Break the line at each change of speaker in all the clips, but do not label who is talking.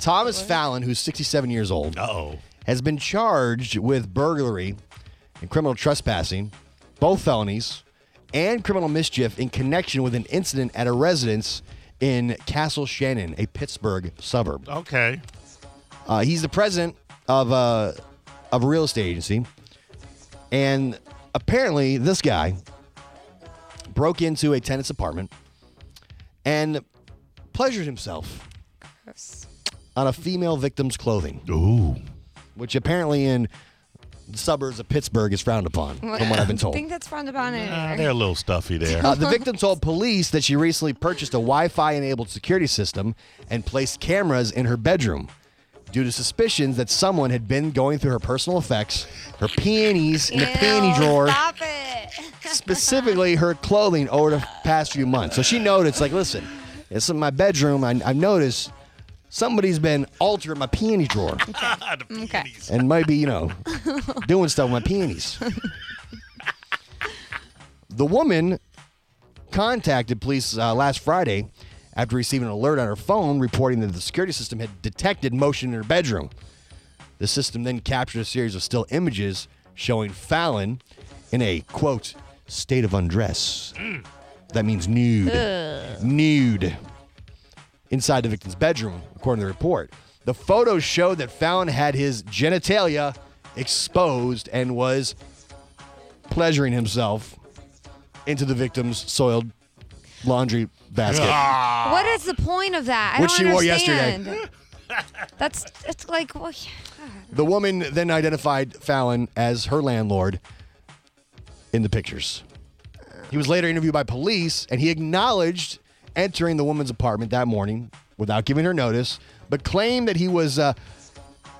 Thomas Fallon, who's 67 years old,
Oh,
has been charged with burglary and criminal trespassing, both felonies, and criminal mischief in connection with an incident at a residence in Castle Shannon, a Pittsburgh suburb.
okay.
Uh, he's the president of a of a real estate agency, and apparently this guy broke into a tenant's apartment and pleasured himself on a female victim's clothing,
Ooh,
which apparently in the suburbs of Pittsburgh is frowned upon, from what I've been
I
told.
think that's frowned upon
Mm-hmm.
Ah,
anywhere.
they're a little stuffy there.
Uh, the victim told police that she recently purchased a Wi-Fi enabled security system and placed cameras in her bedroom due to suspicions that someone had been going through her personal effects, her peonies in Uh, the panty
Ew,
drawer,
Stop it.
specifically her clothing over the past few months. So she noticed, like, listen, it's in my bedroom. I, I've noticed somebody's been altering my peony drawer
Okay.
and might be, you know, doing stuff with my peonies. the woman contacted police uh, last Friday after receiving an alert on her phone reporting that the security system had detected motion in her bedroom. The system then captured a series of still images showing Fallon in a quote state of undress. That means nude. Nude inside the victim's bedroom, according to the report. The photos showed that Fallon had his genitalia exposed and was pleasuring himself into the victim's soiled laundry basket.
Ah,
What is the point of that? I
Which
don't
she wore
understand. that's it's like well, yeah.
The woman then identified Fallon as her landlord in the pictures. He was later interviewed by police and he acknowledged entering the woman's apartment that morning without giving her notice, but claimed that he was uh,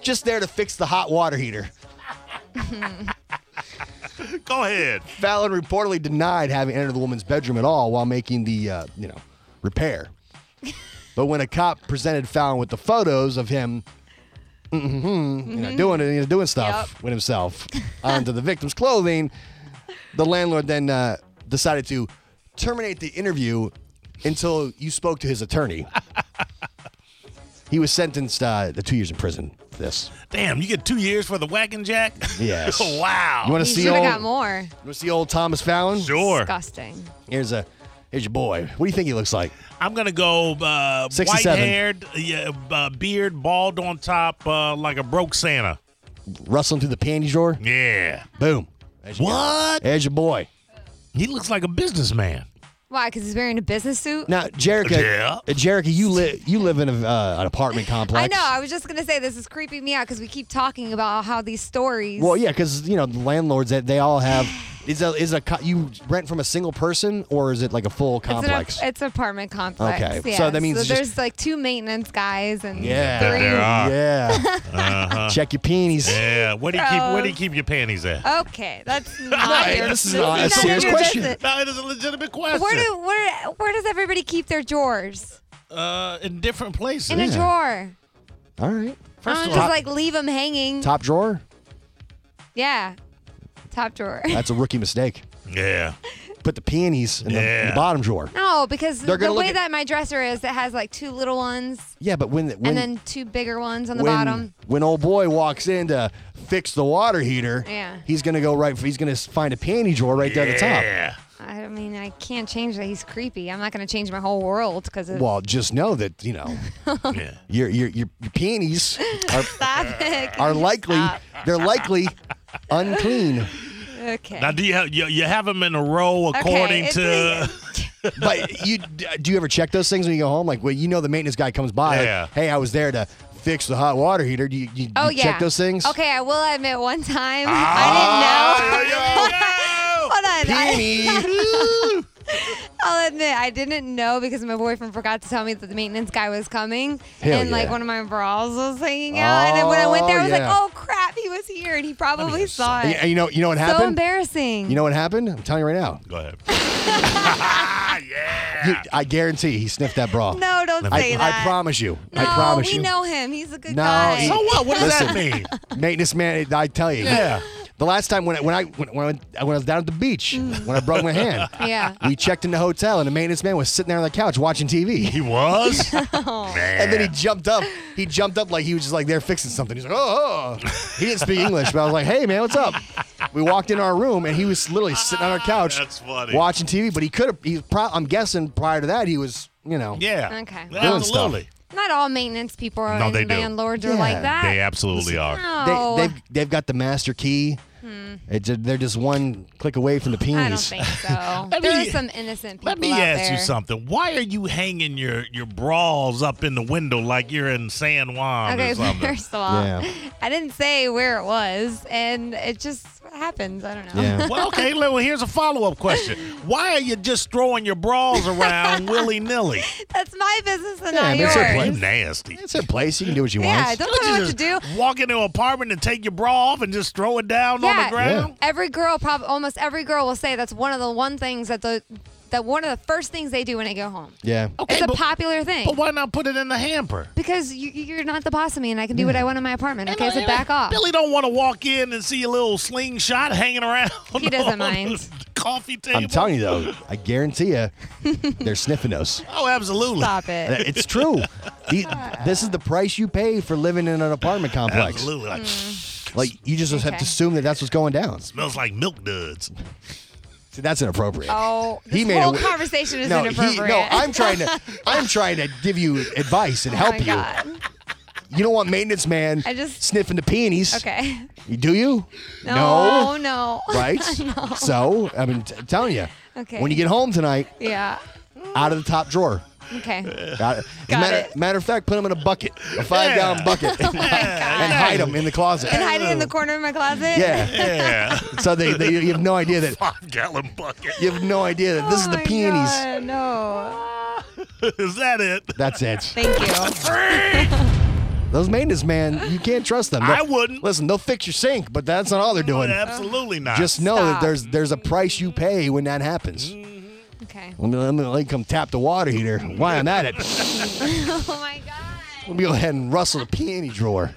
just there to fix the hot water heater.
go ahead.
Fallon reportedly denied having entered the woman's bedroom at all while making the, uh, you know, repair. but when a cop presented Fallon with the photos of him, mm-hmm, you know, doing it, you know, doing stuff with himself onto the victim's clothing, the landlord then uh, decided to terminate the interview until you spoke to his attorney. he was sentenced uh, to two years in prison. For this,
Damn, you get two years for the whacking jack.
Yes.
wow.
you want to
he
see
should have
old,
got more.
you wanna see old Thomas Fallon?
Sure.
Disgusting.
Here's a here's your boy. What do you think he looks like?
I'm gonna go uh,
67.
white-haired, yeah, uh, beard, bald on top, uh, like a broke Santa.
Rustling through the panty drawer.
Yeah.
Boom. There's your guy.
What?
There's your boy.
He looks like a businessman.
Why? Because he's wearing a business suit.
Now, Jerica,
Yeah.
uh, Jerica, you live you live in a, uh, an apartment complex.
I know. I was just gonna say this is creeping me out because we keep talking about how these stories.
Well, yeah, because you know the landlords that they all have is a is a co- you rent from a single person or is it like a full
It's an ap-
complex?
It's, an apartment complex.
Okay,
Yeah.
so that means just-
there's like two maintenance guys and
yeah,
There- there are.
yeah.
Uh-huh.
Check your peenies.
yeah. Where do you keep? Where do you
Gross.
keep your panties at?
Uh, Okay, that's not
Hey,
your,
this is
this
not a
none of
serious
your
question.
business.
No, it is a legitimate question.
Where do where where does everybody keep their drawers?
uh, in different places.
In a drawer.
All right.
First
I
of
don't
all,
just like leave them hanging.
Top drawer.
Yeah, top drawer.
That's a rookie mistake.
yeah.
Put the peonies in, the, in the
Yeah.
bottom drawer.
No, because
They're gonna
the
look
way
at-
that my dresser is, it has like two little ones
Yeah, but when when
and then two bigger ones on the
when,
bottom.
When old boy walks in to fix the water heater,
Yeah.
he's gonna go right. He's gonna find a panty drawer right there at
Yeah.
I mean, I can't change that. He's creepy. I'm not going to change my whole world because
the
of
top. Well, just know that you know
yeah.
your your your, your panties are
stop it.
are likely they're likely unclean.
Okay.
Now, do you have you, you have them in a row according
okay.
to?
it's-
But you do you ever check those things when you go home? Like, well, you know the maintenance guy comes by. like,
Yeah.
hey, I was there to fix the hot water heater. Do you, you,
oh
you
yeah.
check those things? Ah.
Okay, I will admit one time I didn't know.
Ah,
Hold on. I,
Peony.
I'll admit I didn't know because my boyfriend forgot to tell me that the maintenance guy was coming,
Hell
and like
yeah.
one of my bras was hanging out. and then when I went there, I was
Oh,
like,
yeah.
"Oh crap, he was here," and he probably saw
And
it.
you- and you know you know what
so
happened?
embarrassing.
You know what happened? I'm telling you right now.
Go ahead. yeah.
You- I guarantee he sniffed that bra.
no, don't
I,
say
I
that.
promise you.
No,
I promise
we
you.
know him. He's a good
No,
guy.
he-
So what? What does that
Listen.
mean?
Maintenance man, I tell you.
Yeah.
The last time when I when I when, when, I, went- when I was down at the beach when I broke my hand,
Mm. Yeah.
we checked in the hotel and the maintenance man was sitting there on the couch watching TV.
He was.
And then he jumped up. He jumped up like he was just like there fixing something. He's like, oh, oh." he didn't speak English, but I was like, hey man, what's up? We walked in our room and he was literally sitting on our couch,
That's funny.
watching TV. But he could have. He's. Pro- I'm guessing prior to that he was, you know,
yeah.
Okay.
Yeah,
Doing stuff.
Absolutely.
Not all maintenance people are
No,
and
they do.
landlords are
Yeah.
like that.
They absolutely are.
Oh,
they,
No,
they've they've got the master key. It ju- they're just one click away from the peonies.
Hmm. I don't think so.
Let
there
me-
are some innocent people
Let me
out
ask you
there.
something. Why are you hanging your your bras up in the window like you're in San Juan
Okay,
or something?
first of all,
Yeah.
I didn't say where it was, and it just happens. I don't know.
Yeah.
well, okay. Well, here's a follow up question. Why are you just throwing your bras around willy nilly?
That's my business and
Yeah,
not
but it's
yours.
your
You
place.
nasty.
It's a place. You can do what you
Yeah,
want.
don't tell me what to do.
Walk into an apartment and take your bra off and just throw it down on
Yeah.
the ground.
Every girl, prob- almost every girl, will say that's one of the one things that the that one of the first things they do when they go home.
Yeah.
Okay,
it's a
but-
popular thing.
But why not put it in the hamper?
Because you, you're not the boss of me, and I can do what I want in my apartment. Okay, so back off.
Billy don't want to walk in and see a little slingshot hanging around.
He doesn't
on
mind.
the Coffee table.
I'm telling you though, I guarantee you, they're sniffing us.
Oh, absolutely.
Stop it.
It's true. The- this is the price you pay for living in an apartment complex.
Absolutely. Like,
Mm.
Like you just have
Okay.
to assume that that's what's going down.
Smells like milk duds.
See, that's inappropriate.
Oh, this
He made
whole
a-
conversation is
no, he-
inappropriate.
no, I'm trying to, I'm trying to give you advice and
Oh
help
my
you.
God.
You don't want maintenance man
I just-
sniffing the peonies.
Okay.
Do you?
No, no.
right? So, I mean, t- I'm telling you,
Okay.
when you get home tonight,
Yeah.
out of the top drawer.
Okay.
Got it.
Got
matter,
it.
matter of fact, put them in a bucket, a five gallon bucket, and, hide them in the closet.
And hiding in the corner of my closet.
yeah.
Yeah.
So they, they, you have no idea that
Five gallon bucket.
you have no idea that this is
Oh
the
my
peonies.
God, no.
Is that it?
That's it.
Thank you.
Those maintenance man, you can't trust them.
I
They'll-
wouldn't.
Listen, they'll fix your sink, but that's not all they're doing.
Absolutely not.
Just know that
Stop.
there's there's a price you pay when that happens.
Okay.
Let me, let me, let me come tap the water heater. Why I'm at it.
Oh my God.
Let me go ahead and rustle the peony drawer.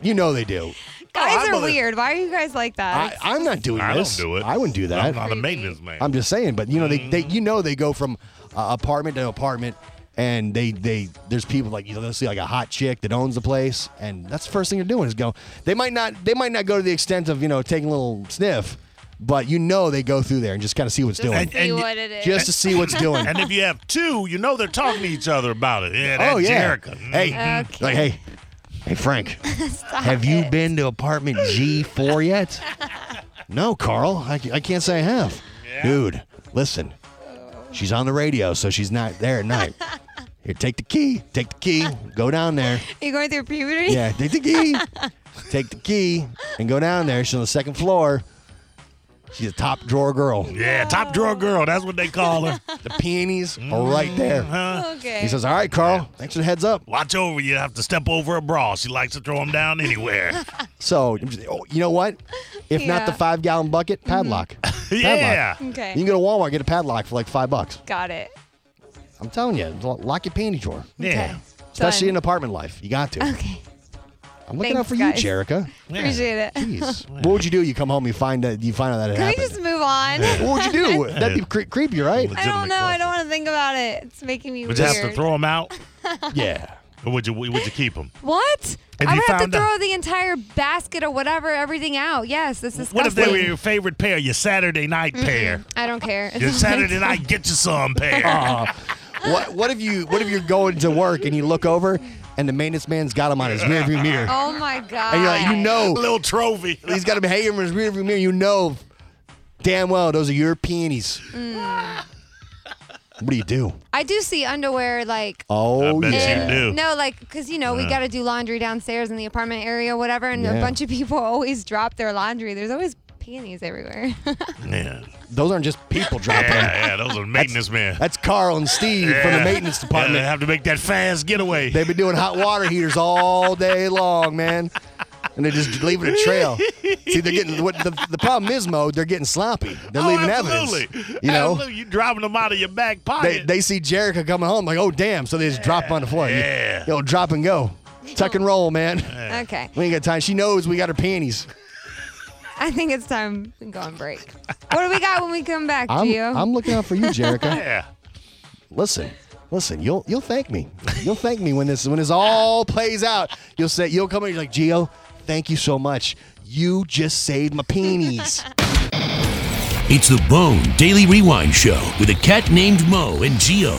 You know they do.
Guys
I'm
are
a-
weird. Why are you guys like that?
I, I'm not doing
I don't
this.
do it.
I wouldn't do
I'm
that.
not a Mm. maintenance man.
I'm just saying, but you know they, they you know they go from uh, apartment to apartment, and they they there's people like you know they'll see like a hot chick that owns the place, and that's the first thing they're doing is go. They might not they might not go to the extent of you know taking a little sniff, but you know they go through there and just kind of see what's doing,
and-
See what it is.
just to see what's doing.
and if you have two, you know they're talking to each other about it. Yeah, that
oh yeah,
Jerica. Mm.
hey
Okay.
like hey hey Frank,
Stop
have you
it.
been to apartment G four yet? no, Carl, I, ca- I can't say I have. Dude, listen. She's on the radio, so she's not there at night. Here, take the key. Take the key. Go down there.
Are you going through puberty?
Yeah, take the key. Take the key and go down there. She's on the second floor. She's a top drawer girl.
Yeah, top drawer girl. That's what they call her.
The peonies are
Mm-hmm.
right there.
Huh?
Okay.
He says, All right, Carl, thanks for the heads up.
Watch over you. Have to step over a bra. She likes to throw them down anywhere.
So, oh, you know what? If not the
Yeah. Mm-hmm.
five gallon bucket, padlock.
yeah.
okay.
You can go to Walmart, get a padlock for like five bucks.
Got it.
I'm telling you, lo- lock your panty drawer,
Yeah.
Okay.
especially in
Done.
apartment life. You got to.
Okay.
I'm looking out
Thanks,
for
guys.
you, Jerica.
Yeah.
Appreciate it. Can
Jeez. what would you do? You come home, you find that you find out that it
we
happened.
just move on?
what would you do? That'd be cre- creepy, right?
I don't
Legitimate
know. I
question.
don't want to think about it. It's making me
Would you
weird.
have to throw them out,
yeah.
or would you would you keep them?
What?
If
I
you
would have to
found out-
throw the entire basket or whatever, everything out. Yes, this is
What if they were
disgusting.
your favorite pair, your Saturday night pair,
I don't care.
your
It's all right.
Saturday night get you some pair?
Uh, what What if you What if you're going to work and you look over and the maintenance man's got him on his rearview mirror,
Oh my god.
and you're like, you know,
little trophy.
he's got him hanging on his rearview mirror. You know, damn well those are your peonies. What do you do?
I do see underwear like
Oh
bet you
yeah.
And-
do.
No, like, because, you know, we got to do laundry downstairs in the apartment area or whatever, and
Yeah.
a bunch of people always drop their laundry. There's always panties everywhere.
Yeah,
Those aren't just people
yeah,
dropping.
yeah. Those are maintenance men.
That's Carl and Steve from
Yeah.
the maintenance department.
Yeah, they have to make that fast getaway.
They've been doing hot water heaters all day long, man. And they're just leaving a trail. See, they're getting what the, the problem is, Mo. They're getting sloppy. They're
Oh,
leaving
absolutely.
evidence. You know,
Absolutely. you driving them out of your back
they,
pocket.
they see Jericho coming home, like, oh damn! So they just drop him on the floor.
Yeah.
yo, drop and go, tuck and roll, man.
okay.
We ain't got time. She knows we got her panties.
I think it's time we go on break. What do we got when we come back,
I'm,
Gio?
I'm looking out for you, Jerica.
Yeah.
listen, listen, you'll you'll thank me. You'll thank me when this when this all plays out. You'll say you'll come in. You're like Geo, thank you so much. You just saved my peenies.
It's the Bone Daily Rewind Show with a cat named Mo and Geo.